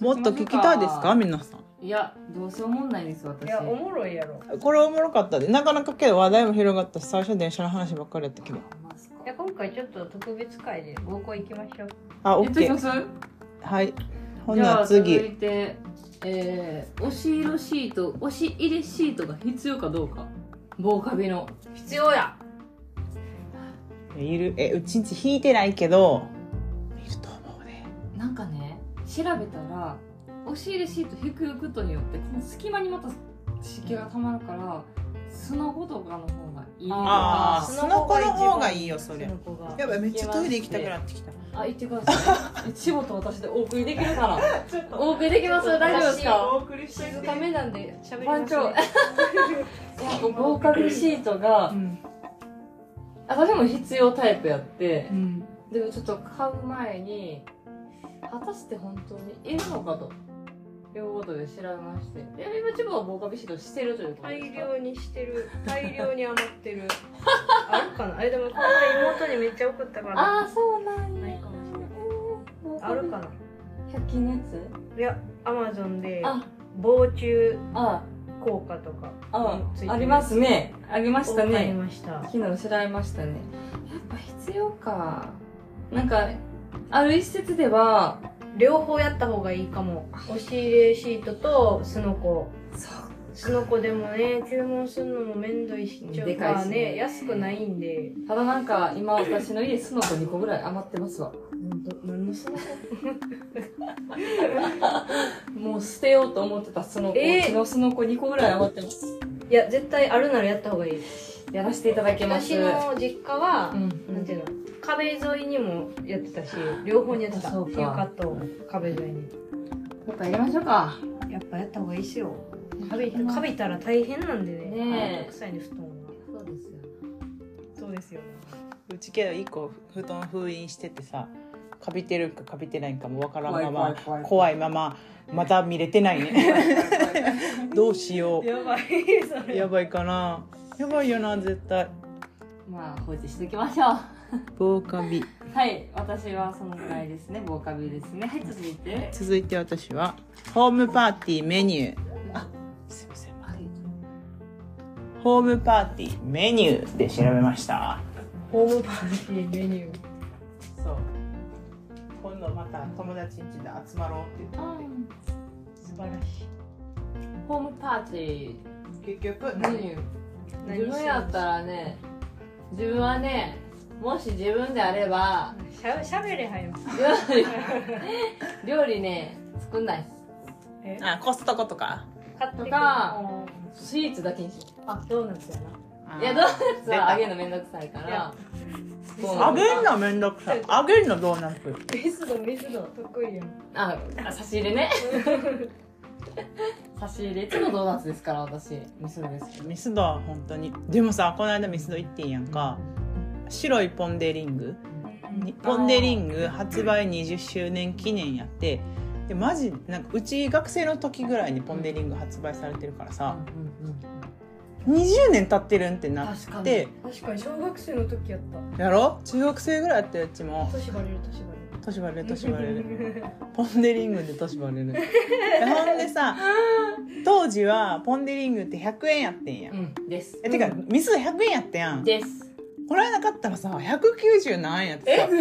B: 終わっとき
A: も
B: ましょう
A: っと聞きたいですか皆さん
B: いやどうせ思んないです私
D: いやおもろいやろ
A: これおもろかったでなかなかけど話題も広がったし最初電車の話ばっかりやったけど
B: あマジか
D: いや今回ちょっと特別会で合コン行きましょう
A: あ
B: えっと行き
A: OK
B: ます
A: はいほ
B: じゃ
A: な
B: あ続
A: 次
B: いてえー、押し色シート押し入れシートが必要かどうか防カビの
D: 必要や
A: いるえうちんち引いてないけどいると思うね
B: なんかね調べたら押し入れシート引くことによってこの隙間にまた湿気がたまるからスノボとかの方がいいと
A: あ
B: か
A: ースノコの方がいいよそりゃ
D: スノコが
A: やばいめっちゃトイレ行きたくなってきた
B: あ言ってくださ いえ千葉と私でお送りできるかな
D: ちょっと
B: お送りできます大丈夫ですか
D: お送りして静かめなんで喋り
B: 番
D: ます
B: 長
D: ね
B: 防カビシートが
D: うん
B: 私も必要タイプやって
D: うん
B: でもちょっと買う前に果たして本当にいるのかということで調べましてで今千葉は防カビシートしてるということです
D: 大
B: か
D: 量にしてる大量に余って るあるかなあれでもこの前妹にめっちゃ送ったから
B: ああそうなん
D: な
B: や
D: いかもし
B: えー
D: あるかな
B: 100均のやつ
D: いやアマゾンで
B: あ
D: 防虫
B: あ
D: 効果とか
B: あ
D: ついてる
B: ありますねありました
D: あり
B: ね
D: ました
B: 昨日調べましたねやっぱ必要かなんかある一節では
D: 両方やった方がいいかも押し入れシートとスノコ
B: そう
D: スノコでもね注文するのも面倒いしちょ
B: で
D: っ
B: かい
D: と
B: し
D: ね
B: ね
D: 安くないんで
B: ただなんか今私の家スノコ2個ぐらい余ってますわ
D: 何のスノコ
B: もう捨てようと思ってたスノコ、
D: えー
B: うちのスノコ2個ぐらい余ってます
D: いや絶対あるならやった方がいい
B: やらせていただきます
D: 私の実家は、
B: うん
D: なんていうの壁沿いにもやってたし両方にやってた
B: あそうか
D: 床と壁沿いに
B: やっぱやりましょうか
D: やっぱやった方がいいっすよ壁壁いたら大変なんでね
B: ねえ
D: めんどくさいね布団は
B: そうですよ
D: そうですよね
A: うちけど一個布団封印しててさかびてるかかびてないかもわからんまま怖い
B: 怖い
A: まままた見れてないね どうしよ
D: やばいそうれ
A: やばいかなやばいよな絶対
B: まあ放置しておきましょう
A: 防カビ
B: はい私はそのぐらいですね防カビですねはい続いて
A: 続いて私はホームパーティーメニューあすいませんホームパーティーメニューで調べました
D: ホームパーティーメニュー
A: そう今度また友達ん家で集まろうって言って
D: 素晴らしい
B: ホームパーティ
A: 結局
B: ーメニュー
D: 何
B: 自分やったらね自分はねもし自分であれ ば
D: しゃしゃべれはよ
B: 料理料理ね作んない
D: え
A: あコストコとか
D: 買ってく
B: と
D: る
B: か
D: おー
B: スイーツだけにしよ
D: あドーナツやな
B: ういやドーナツはあげるのめんどくさいか
D: いや
B: ら
A: あげんのめんどくさいあげんのドーナツ
D: ミスドミスド得意やん
B: ああ差し入れ ね差し入れいつもドーナツですから私ミスドですけど
A: ミスドは本当にでもさこの間ミスド行ってんやんか白いポン・デ・リングにポン・デ・リング発売20周年記念やってでマジなんかうち学生の時ぐらいにポン・デ・リング発売されてるからさ20年経ってるんってなっ
B: 確かに
A: て
D: 確かに小学生の時やった
A: やろ中学生ぐらいやったうちも
D: 年バレる年バレる
A: 年バレる年バレるポン・デ・リングで年バレ るでほんでさ当時はポン・デ・リングって100円やってんや、
B: うんです
A: えてかミスド100円やったやん
B: です
A: これなかったらさ190何円やってさえぐ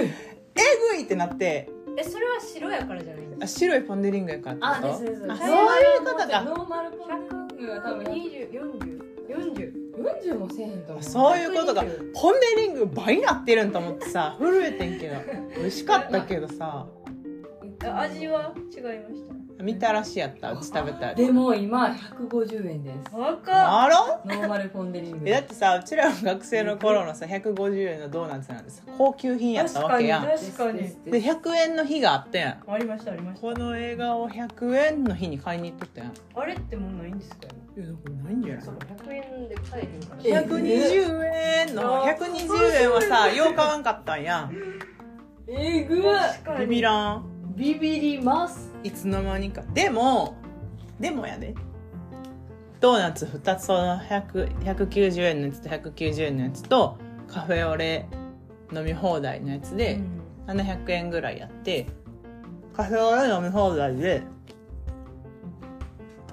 A: いってなって
D: えそれは白やからじゃないん
A: あ
D: です
A: 白いポン・デ・リングやからって
B: あ
A: こと
B: ですです
A: あそういうことか
B: ノーマルポンデリングが多分
D: 1204040
B: 40もせえへんと思う
A: そういうことがポン・デ・リング倍なってるんと思ってさ震えてんけど美味しかったけどさ
D: 味は違いました
A: 見たらしやったうち食べたやつ
B: でも今150円です
D: 若っ
A: あら
B: ノーマルポンデリング
A: えだってさうちらの学生の頃のさ150円のドーナツなんてさ高級品やったわけやん
D: 確かに
A: で100円の日があったやん
D: ありましたありまし
A: この映画を100円の日に買いに行っとったやんい
D: たあれってもうないんですか
A: やだからないんじゃない
D: そう100円で買えへんから
A: 120
B: え
A: 円の120円はさよう買わんかったんやん
B: えぐ
D: 確かに
A: ビビらん
B: ビビります
A: いつの間にかでもでもやでドーナツ2つその100 190円のやつと190円のやつとカフェオレ飲み放題のやつで700円ぐらいやってカフェオレ飲み放題で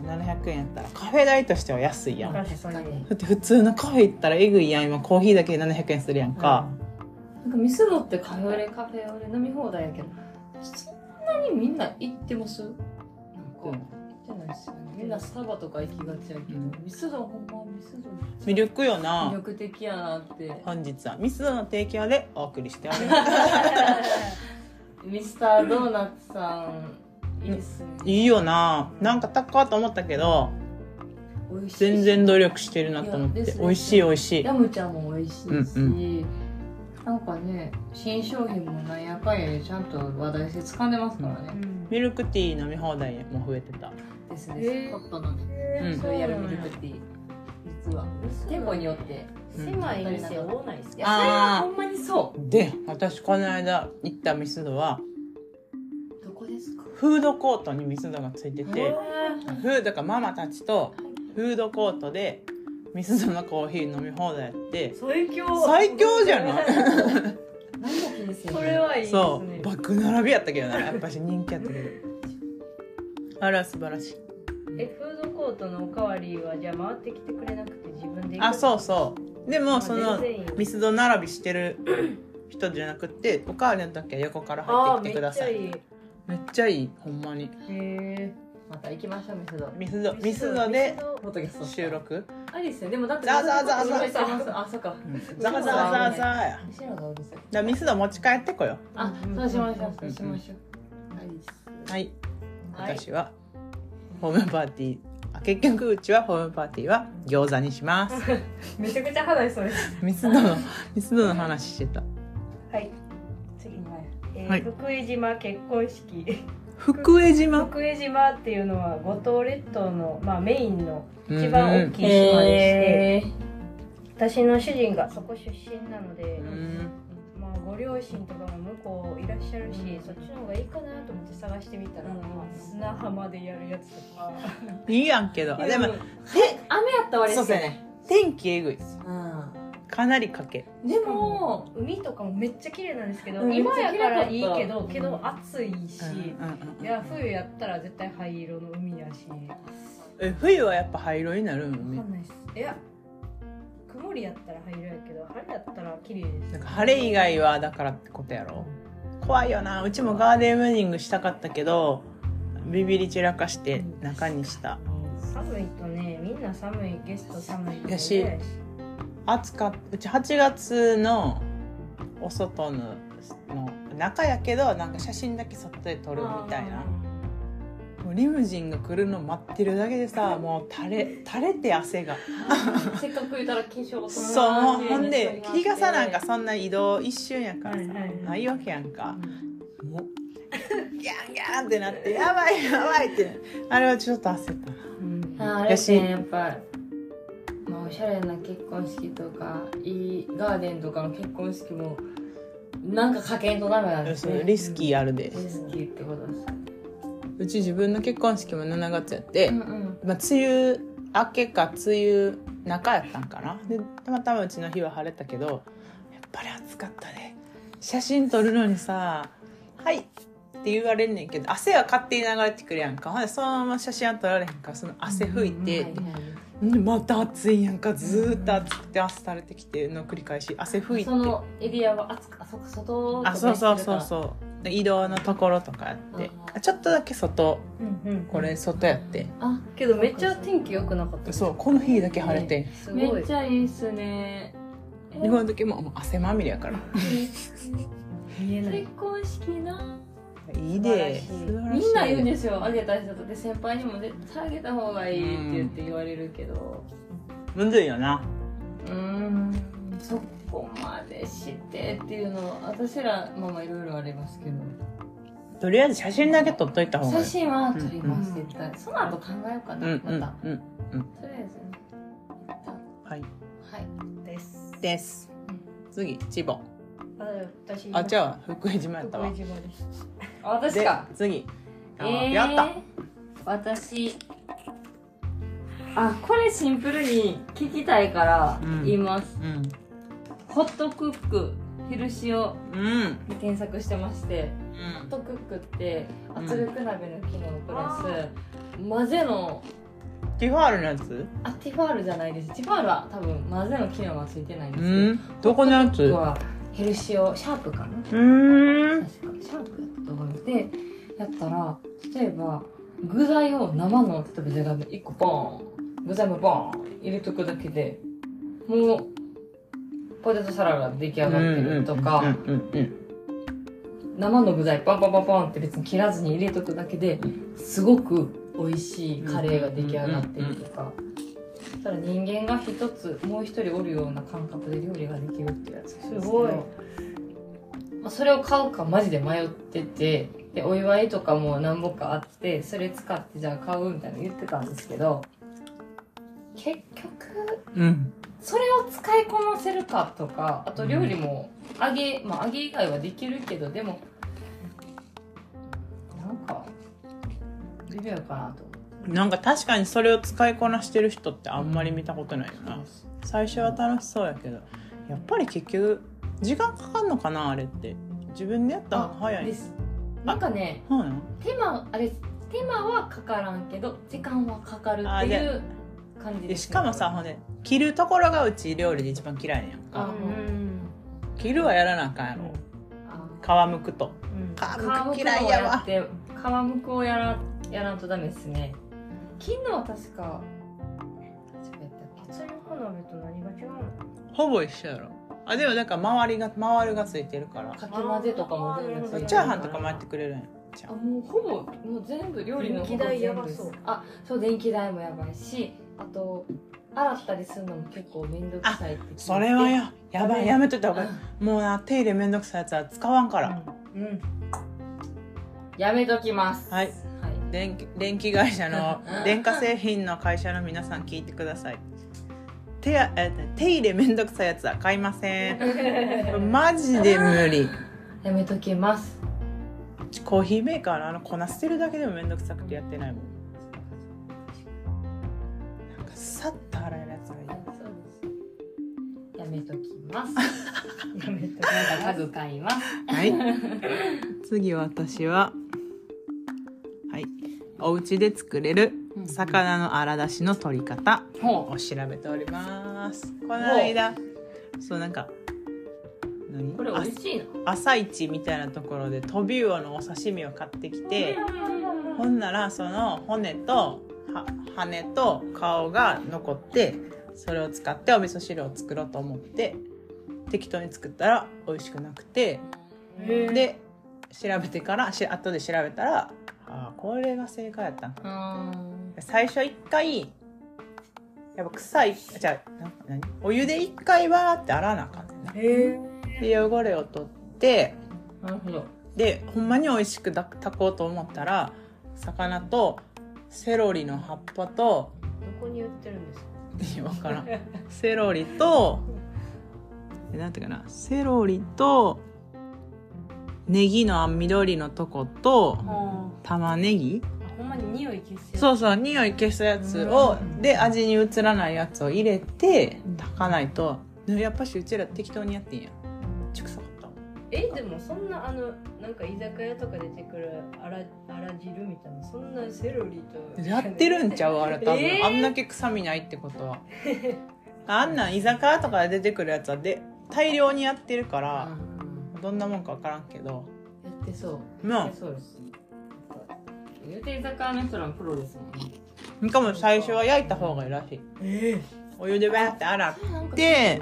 A: 700円やったらカフェ代としては安いやんだ
D: 確かに
A: って普通のカフェ行ったらえぐいやん今コーヒーだけで700円するやんか、
B: なんかミスドってカフェオレカフェオレ飲み放題やけどそんなにみんな行ってますなんか
A: う
B: 行
A: ん
B: ってないですよねみんなスタバとか行きがちやけど、ミスドほんまミスド
A: 魅力よ
B: 魅
A: な
B: 力的やなって
A: 本日はミスドの提供でお送りしており ます
B: ミスタードーナツさんいいっすね
A: いいよななんか高っと思ったけど
B: 美味しい
A: 全然努力してるなと思っ
B: いや
A: て
B: ですね
A: 美味しい美味しい
B: ヤムちゃんも美味しいし、
A: うん
B: なんかね新商品もなんやかんやでちゃんと話題性掴んでますからね、
A: ミルクティー飲み放題も増えてた
B: です
D: へー
B: ですカットのね
A: うん
B: ロイヤルミルクティー実は店舗によって
D: 狭い店多ないですね
B: いやそれはほんまにそ
A: で私この間行ったミスドは
B: うどこですか
A: フードコートにミスドがついててフードかママたちとフードコートでミスドのコーヒー飲み放題やって
D: 最強
A: 最強じゃない
B: 何も気にせん
D: それはいいですね
A: そうバック並びやったけどなやっぱし人気やったけどあれは素晴らしい
D: えフードコートのおかわりはじゃあ回ってきてくれなくて自分で行く
A: あそうそうでも
D: あ
A: その
D: 全然いい
A: ミスド並びしてる人じゃなくておかわりの時は横から入
D: あ
A: って
D: ーめ
A: きてくだ
D: っち
A: さ
D: ゃ
A: い
D: いい
A: めっちゃいいほんまに
D: へ
B: また行きましょうミスド
A: ミスドミスドで
B: ポッドキャスト
A: 収録
B: ありですよねでもだって
A: ざわざわざわざわ
B: ミスド行ってますあそっか
A: ザワザワザワザワや
B: 後ろがうるさい
A: だからミスド持ち帰ってこよ
B: あそうしましょうそうしましょうありです
A: はい
B: はい
A: 私はホームパーティー結局うちはホームパーティーは餃子にします。
D: めちゃくちゃ話それです
A: ミスドのミスドの話してた。
D: はい次に、えー
A: はい
D: 福江島結婚式
A: 福江島
D: 福江島っていうのは五島列島の、まあ、メインの一
A: うん
D: 番
A: う
D: 大
A: ん
D: きい島でして、私の主人がそこ出身なので、
A: うん
D: まあ、ご両親とかも向こういらっしゃるし、そっちの方がいいかなと思って探してみたら、
B: うん
D: まあ砂浜でやるやつとか
A: いいやんけど、でも
B: 雨やったら
A: そうですね。天気えぐいです。かなりかけ。
B: で
D: も
B: も
D: 海とかもめっちゃ綺麗なんですけど、
B: うん
D: 今やからいいけど
B: めっち
D: け
B: ゃ綺麗だ
D: ど
B: っ
D: 暑いし、
A: うんうんうん
D: いや冬やったら絶対灰色の海やし
A: え冬はやっぱ灰色になるの
D: 分
A: ね
D: か。んないっすいや曇りやったら灰色やけど晴れやったら綺麗です
A: なんか晴れ以外はだからってことやろ怖いよなうちもガーデンウェディングしたかったけどビビり散らかして中にした
D: 寒いとねみんな寒いゲスト寒いの
A: やし
D: 嫌やし
A: 暑かっうち8月のお外のの中やけどなんか写真だけ外で撮るみたいなもうリムジンが来るの待ってるだけで さもう垂れ垂れて汗が
B: せっかく言ったら化粧を
A: そうもうほんで日傘なんかそんな移動一瞬やからさ
D: はいはいはい
A: ないわけやんか
D: うん
A: もうギャンギャンってなってやばいやばいってあれはちょっと焦った
D: うん
B: あーあれですねやっぱ、まあ、おしゃれな結婚式とかいいガーデンとかの結婚式もなんかかけんとダメなんです
A: そう
B: ね
A: リスキーあるで
B: リスキーってことです
A: うち自分の結婚式も7月やって、
B: うんうん
A: まあ、梅雨明けか梅雨中やったんかなでたまたまうちの日は晴れたけどやっぱり暑かったね写真撮るのにさ「はい」って言われんねんけど汗は勝手に流れてくるやんかほんでそのまま写真は撮られへんからその汗拭いて、
B: はいはい
A: んまた暑いやんかずーっと暑くて汗垂れてきての繰り返し汗拭いて
B: そのエリアは暑くあそっか外
A: あそうそうそう
B: う
A: そうで移動のところとかやって
B: あー
A: ちょっとだけ外
D: うんうん
A: これ外やって
B: あ
D: けどめっちゃ天気良くなかった
A: そうこの日だけ晴れて
D: す
B: め
D: ごい
B: っちゃいいっすねえ
A: 日本の時ももう汗まみれやから
D: 見えない
B: 結婚式ない
A: いで
D: 素
B: みんな言うん
A: ね
B: ですよあげた人とで先輩にも絶対あげた方がいいって言って言われるけど
A: むずいよな
B: うーんそこまでしてっていうのは私らまあまあいろいろありますけど
A: とりあえず写真だけ撮っといた方がい
B: 写
A: い
B: 真は撮ります、
D: うん
B: 絶対その後考えようか
A: う
B: な、
A: ん
B: ま
A: うん
B: た
A: うん
B: とりあえずね一旦
A: はい
B: はい
D: です
A: です次千葉
D: あ私
A: あじゃあ福江島やった
D: 福
A: わ
D: 江島です
B: あ私か
A: で次あ
B: えー
A: やった
B: 私あこれシンプルに聞きたいから
A: うん
B: 言います、
A: うん
B: ホットクックヘルシオ
A: うん
B: で検索してまして
A: うん
B: ホットクックって
A: うん
B: 圧力鍋の機能プラス、混ぜの
A: ティファールのやつ
B: あティファールじゃないですティファールは多分混ぜの機能はついてないんで
A: う
B: すけど
A: んどこのやつ
B: 僕はヘルシオシャープかな
A: うーん
B: 確かシャープやったと思ってやったら例えば具材を生の例えばじゃがいも1個ボーン具材もボーン入れとくだけでもうポテトサラダ出来上がってるとか、
A: うんうんうんうん
B: 生の具材パンパンパンパンって別に切らずに入れとくだけですごく美味しいカレーが出来上がってるとか。ただ人間が一つもう一人おるような感覚で料理ができるっていうやつなんですす
D: ごい
B: まあ、それを買うかマジで迷っててでお祝いとかも何本かあってそれ使ってじゃあ買うみたいなの言ってたんですけど結局
A: うん
B: それを使いこなせるかとかあと料理も揚げ、まあ、揚げ以外はできるけどでもなんか微妙かなと思って
A: なんか確かにそれを使いこなしてる人ってあんまり見たことないよな最初は楽しそうやけどやっぱり結局時間かかんのかなあれって自分でやった方が早い
B: ですなんかね
A: そうなの
B: 手間あれ手間はかからんけど時間はかかるっていう感じ
A: で
B: です
A: し
B: ね
A: かもさほんで着るところがうち料理で一番嫌いなんやんか
B: あの
D: うん
A: 着るはやらなあかんやろ
B: あ
A: 皮むくと
D: うん
A: 皮
B: 皮
A: む
B: む
A: く
B: く
A: 嫌い
B: を
A: や
B: や
A: わ
B: って皮むくをやらやらんとダメですね金のは確か
D: 圧力鍋と何が違うの
A: ほぼ一緒やろあでもなんか周りが周りがついてるから
B: かき混ぜとかも全部
A: チ
D: うん
A: ャーハンとかもやってくれるんやちゃ
B: あ
A: う
B: もうほぼもう全部料理の
D: 電気代やばそう
B: ほぼ全部ですあそう電気代もやばいしあと洗ったりするのも結構面倒くさいって聞いて
A: それはややばいやめといた方がいいもうな手入れめんどくさいやつは使わんから、
D: うん
B: やめときます
A: はい
B: はい
A: 電気電気会社の電化製品の会社の皆さん聞いてください手やえ手入れめんどくさいやつは買いません マジで無理
B: やめときます
A: うちコーヒーメーカーのあの粉捨てるだけでもめんどくさくてやってないもんなんかさっと洗えるやつがいい
B: やめとき ます
D: やめと
B: なんか家具買います
A: はい。 次私は。はい。お家で作れる
B: うん
A: 魚の荒出しの取り方
B: ほ
A: を調べております。この間。そう、なんか。何
B: うこれ美味しいな
A: あ朝市みたいなところでトビウオのお刺身を買ってきて。ほんなら、その骨と。は羽と顔が残って。それを使ってお味噌汁を作ろうと思って。適当に作ったら美味しくなくてで調べてからし後で調べたらあーこれが正解やったんか
B: うん
A: 最初一回やっぱ臭いじゃあな何お湯で一回わーって洗わなあかんねんな
D: え
A: で汚れを取って
B: なるほど
A: でほんまに美味しく炊炊こうと思ったら魚とセロリの葉っぱと
D: どこに売ってるんですか
A: いやわからんセロリとえなんていうかなセロリとネギの緑のとこと
D: あ
A: 玉ねぎ
D: ほんまに匂い消せ
A: そうそう匂い消すやつをで味に移らないやつを入れて炊かないとねやっぱしうちら適当にやってんやちくさかったわ
D: えでもそんなあのなんか居酒屋とか出てくるあらあら汁みたいなそんなセロリと
A: やってるんちゃうあれ多分、
D: えー
A: あんだけ臭みないってことはあんなん居酒屋とかで出てくるやつはで大量にやってるから
B: あ、
A: どんなもんか分からんけど
B: やってそう
A: ま
B: そうです。言うて居酒屋の人らもプロですもんね。
A: あしかも最初は焼いた方がいいらしい
D: え
A: お湯でバーって洗ってで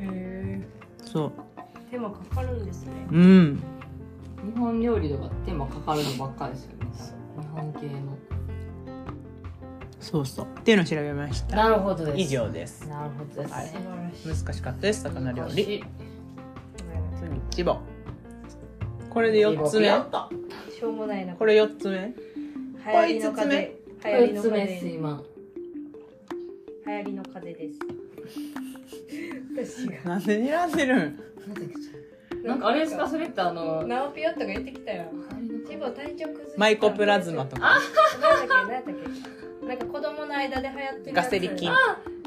D: え
A: そ
D: 手間かかるんですね
A: ううん
B: 日本料理とか手間かかるのばっかりですよね。日本系の。
A: そうそうっていうのを調べました
B: なるほどです。
A: 以。上です
B: なるほどです。
A: はい
D: 素晴らしい
A: 難しかったです魚料理
B: 理。
A: 次一番これで4つ目
D: しょうもないな
A: これ4つ目
D: 流行りの風流行り
B: 四
D: の
B: つ
D: 風
B: 目
D: です
B: 水満。
D: 流行りの風です 私が
A: なんで選んでるん
B: なんかあれですかそれってあの。
D: ナオピオとか言ってきたよ一番体調崩した
A: マイコプラズマとか
D: なんだっけなんだっけなんか子供の間で流行ってるや
A: ガ
D: つ
A: セリ菌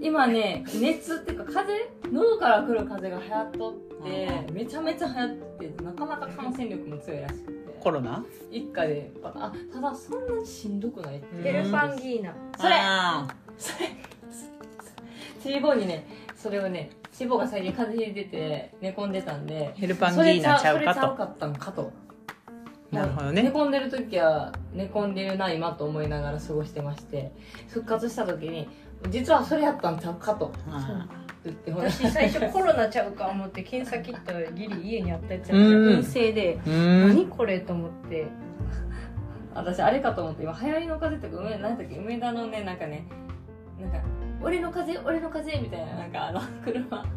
B: 今ね熱っていうか風邪喉から来る風邪が流行っとってめちゃめちゃ流行っててなかなか感染力も強いらしくて。
A: コロナ
B: 一家でバタあただそんなにしんどくないって
D: ヘルパンギーナ
B: それ
A: あ
B: それチーボーにねそれをねチーボーが最近風邪ひいてて寝込んでたんで
A: ーヘルパンギーナちゃう
B: それ
A: か
B: ちゃう
A: と
B: かったのかと
A: なるほど
B: 寝
A: ね
B: 込んでる時は寝込んでるな今と思いながら過ごしてまして復活した時に実はそれやったんちゃうかと
A: あ
B: 言ってほら
D: 私最初コロナちゃうか思って検査キットギリ家にあったやつやから
A: うん
D: 陰性で
A: ーうーん
D: 何これと思って
B: 私あれかと思って今流行りの風とか梅何だっけ梅田のねなんかねなんか「俺の風俺の風」みたいななんかあの車走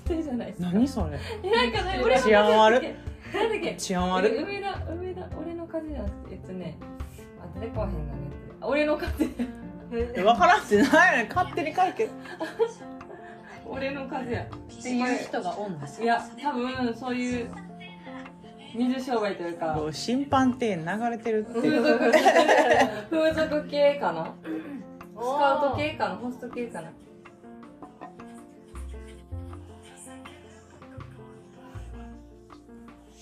B: ってるじゃないですか
A: 何それ
B: えなんかね俺の風
A: 治安悪
B: ってなんだっけ
A: 治安悪い
B: 梅田梅田俺の風じゃなくてえっとねあ出てこわへんのねあ俺の風
A: 分からんってないよね勝手に書いて
B: 俺の風やって
D: そう
B: い
D: いう
B: う
D: 人がおんです
B: いや多分そういう水商売というか
A: こう審判庭園流れてるって
B: 風俗風俗系かな
D: ス
B: スカウト系かなホスト系かな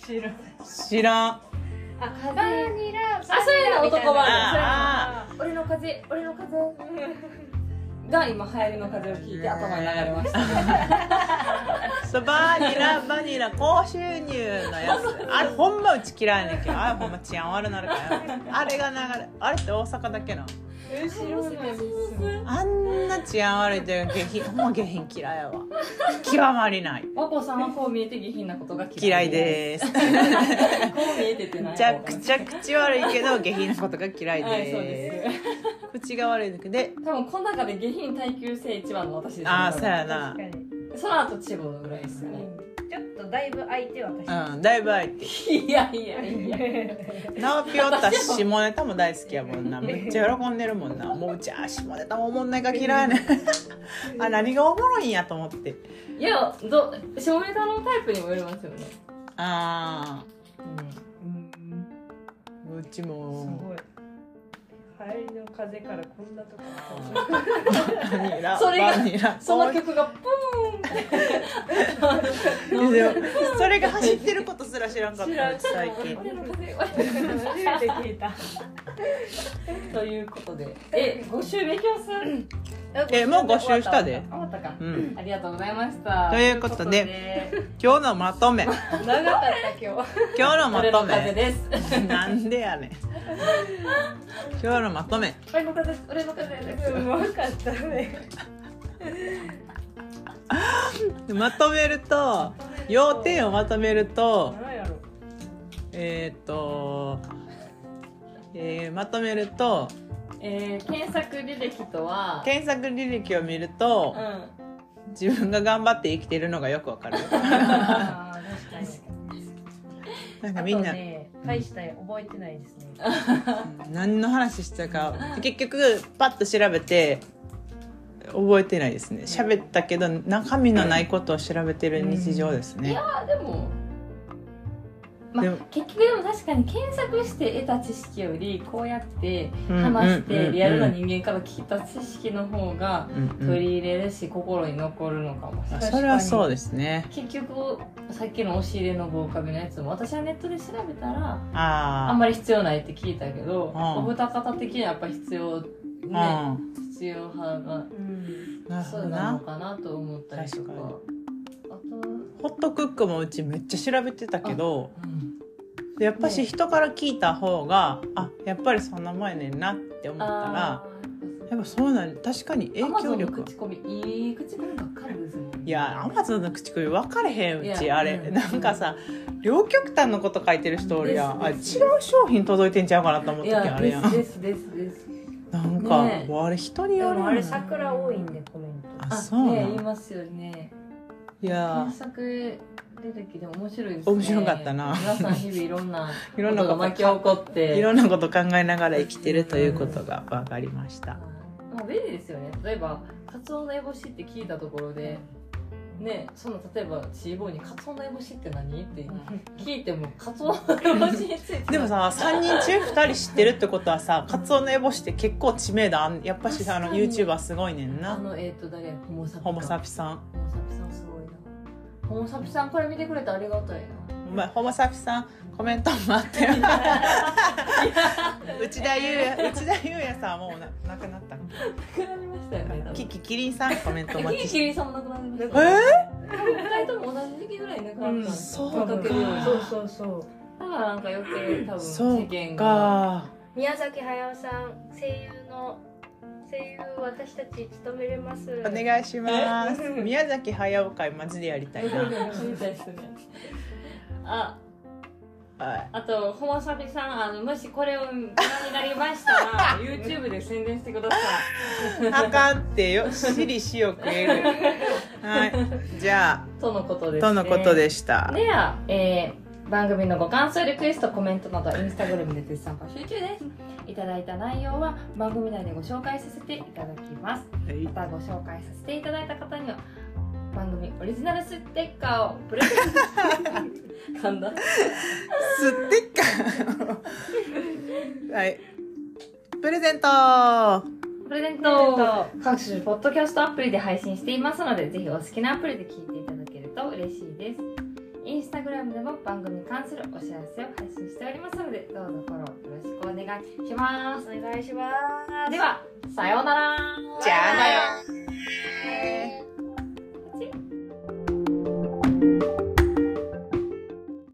B: 知らん
A: 知らん
D: あバーニラ
B: あそういうの男
D: み
B: 版
D: たいな
A: あ
B: 俺の風俺の風 が今流行りの風を聞いて頭に流れました。
A: そうバニラバニラ高収入のやつあれほんまうち嫌いねんけどあれほんま治安悪なるからあれが流れあれって大阪だけなの
D: え知らないです
A: あんな治安悪いって下品ほんま下品嫌いやわ極まりない
B: 和子さんはこう見えて下品なことが
A: 嫌
B: 嫌い
A: いです
B: す。こう見えてってない。
A: めちゃくちゃ口悪いけど下品なことが嫌いです,、
B: はい、そうです。
A: 口が悪いだけで
B: 多分この中で下品耐久性一番の私です、
A: ああそうやな
D: 確かに
B: その後チボぐらいですよね。
D: ちょっとだいぶ相手は確 か
A: うん だいぶ相手
B: いやいやいや。
A: ナオピオった下ネタも大好きやも んなめっちゃ喜んでるもんなもううちゃ下ネタもおもんないから嫌い ねあ何がおもろいんやと思って
B: いや、ど、照明さんのタイプにもよりますよね。
A: ああ
D: うん
A: うち
D: す
A: も
D: ごい流行りの風からこんなとこ
A: バニラ
B: それが
A: バニラ
B: その曲がポーンって。
A: でもそれが走ってることすら知らんかっ
D: 知
A: た
D: ら
A: うんち最近
B: 俺の風
D: 初めて聞いた
B: ということで。え、5週目きます
A: えもう5周したで
B: 終わったか。
A: うん
B: ありがとうございました。
A: ということで
B: ということで
A: 今日のまと め
D: 長かった今日
A: 今日のま
B: 俺
A: と
B: の風
A: め
B: です。
A: なんでやねん今日のまとめ
B: 俺の風です。俺の風です。
D: うまかったね
A: まとめると要点をまとめると
D: 何やろ
A: えーっと、えーまとめると
B: えー、検索履歴とは、
A: 検索履歴を見ると
B: う、ん。
A: 自分が頑張って生きてるのがよくわか る
D: あー確かに
A: なんか
D: あ
A: み
D: と
A: んな、
D: ね大した覚えてないですね
A: うん何の話したか結局パッと調べて覚えてないですね喋ったけど中身のないことを調べてる日常ですね、
B: あでもま
A: で
B: あ
A: も
B: 結局でも確かに検索して得た知識よりこうやって
A: うん
B: 話してリアルな
A: うん
B: 人間から聞いた知識の方が
A: うん
B: 取り入れるし心に残るのかもしれ
A: あ
B: ない
A: それはそうですね
B: 結局さっきの押し入れの防カビのやつも私はネットで調べたらあん
A: あ
B: まり必要ないって聞いたけど
A: ん
B: お二方的にはやっぱ必要
A: あ、
B: ね必要派が
D: うん
A: なるほ
B: そう
A: ど
B: なの
A: な
B: かなと思ったりとか
A: 確か
B: あと
A: ホットクックもうちめっちゃ調べてたけど
B: うん
A: やっぱし人から聞いた方があやっぱりそんなもんやねんなって思ったら
B: あー
A: やっぱそうなん確かに影響
B: Amazon の
A: 力
B: 口コミいい口コミばっかりですもん
A: いやアマゾンの口コミ分かれへんう
B: い
A: ち
B: や
A: あれ、
B: うん
A: なんかさ両極端のこと書いてる人おるやんあ違
B: で
A: う
B: すです
A: 商品届いてんちゃうかなと思っ
B: い
A: た時
B: や
A: あるやん
B: ですですですです
A: なんか、
B: ねえ
A: もうあれ人に
D: で
A: よるよ
D: もあれ
A: な
D: 桜多いんでコメント
A: あ
B: あ
A: そうな
B: ね
A: の
B: 言いますよね
A: いや
B: 検索出てきて面白いですね
A: 面白かったな
B: 皆さん日々いろんな
A: いろんな ことと
B: こが巻き起こって
A: いろんなこと考えながら生きてるということが分かりました
B: まあ便利ですよね例えばカツオの烏帽子って聞いたところでねその例えばチーボーに「カツオの烏帽子って何?」って聞いてもカツオの烏帽子について
A: でもさ3人中2人知ってるってことはさカツオのエボシって結構知名度あんやっぱしあの
B: 確かに
A: YouTuber すごいねん
B: あ
A: な
B: のえっ、と誰ホモサピか
A: ホモサピさん
B: ホモサピさんすごいな。ホモサピさんこれ見てくれてありがたいな。
A: お前ホモサピさんコメント待ってよ内田裕也内田裕也さんはもうな亡くなったっ
B: なくなりましたよね。多
A: け
B: 分
A: キキキリンさんコメント待ち
B: キリ
A: し
B: キ
A: て
B: リさんもなくなりまし
A: え
B: たよ。二人とも同じ時期ぐらいに亡くなったんですよ。
A: うんそうか
B: 追っかけるように
D: そうそうそう
B: だからなんか余計多分
A: そ
B: 世間
A: う
B: が。
A: か
D: 宮崎駿さん声優の声優私たち務めれます
A: お願いします宮崎駿会マジでやりたいな
B: みたいですね。あ、
A: はい
B: あとホモサピさんあのもしこれをご覧になりましたら YouTube で宣伝してください。
A: あかんってよ私利私欲得るはいじゃ
B: とのことで
A: あ
B: す。
A: とのこと。でした
B: では、えー番組のご感想リクエストコメントなどインスタグラムで絶賛募集中ですいただいた内容は番組内でご紹介させていただきます
A: はい
B: またご紹介させていただいた方には番組オリジナルステッカーをプレゼ ント噛んだ
A: ステッカー はいプレゼント
B: プレゼント各種ポッドキャストアプリで配信していますのでぜひお好きなアプリで聞いていただけると嬉しいですインスタグラムでも番組に関するお知らせを配信しておりますのでどうぞフォローよろしくお願いします
D: お願いします
B: ではさようなら
A: じゃあなよ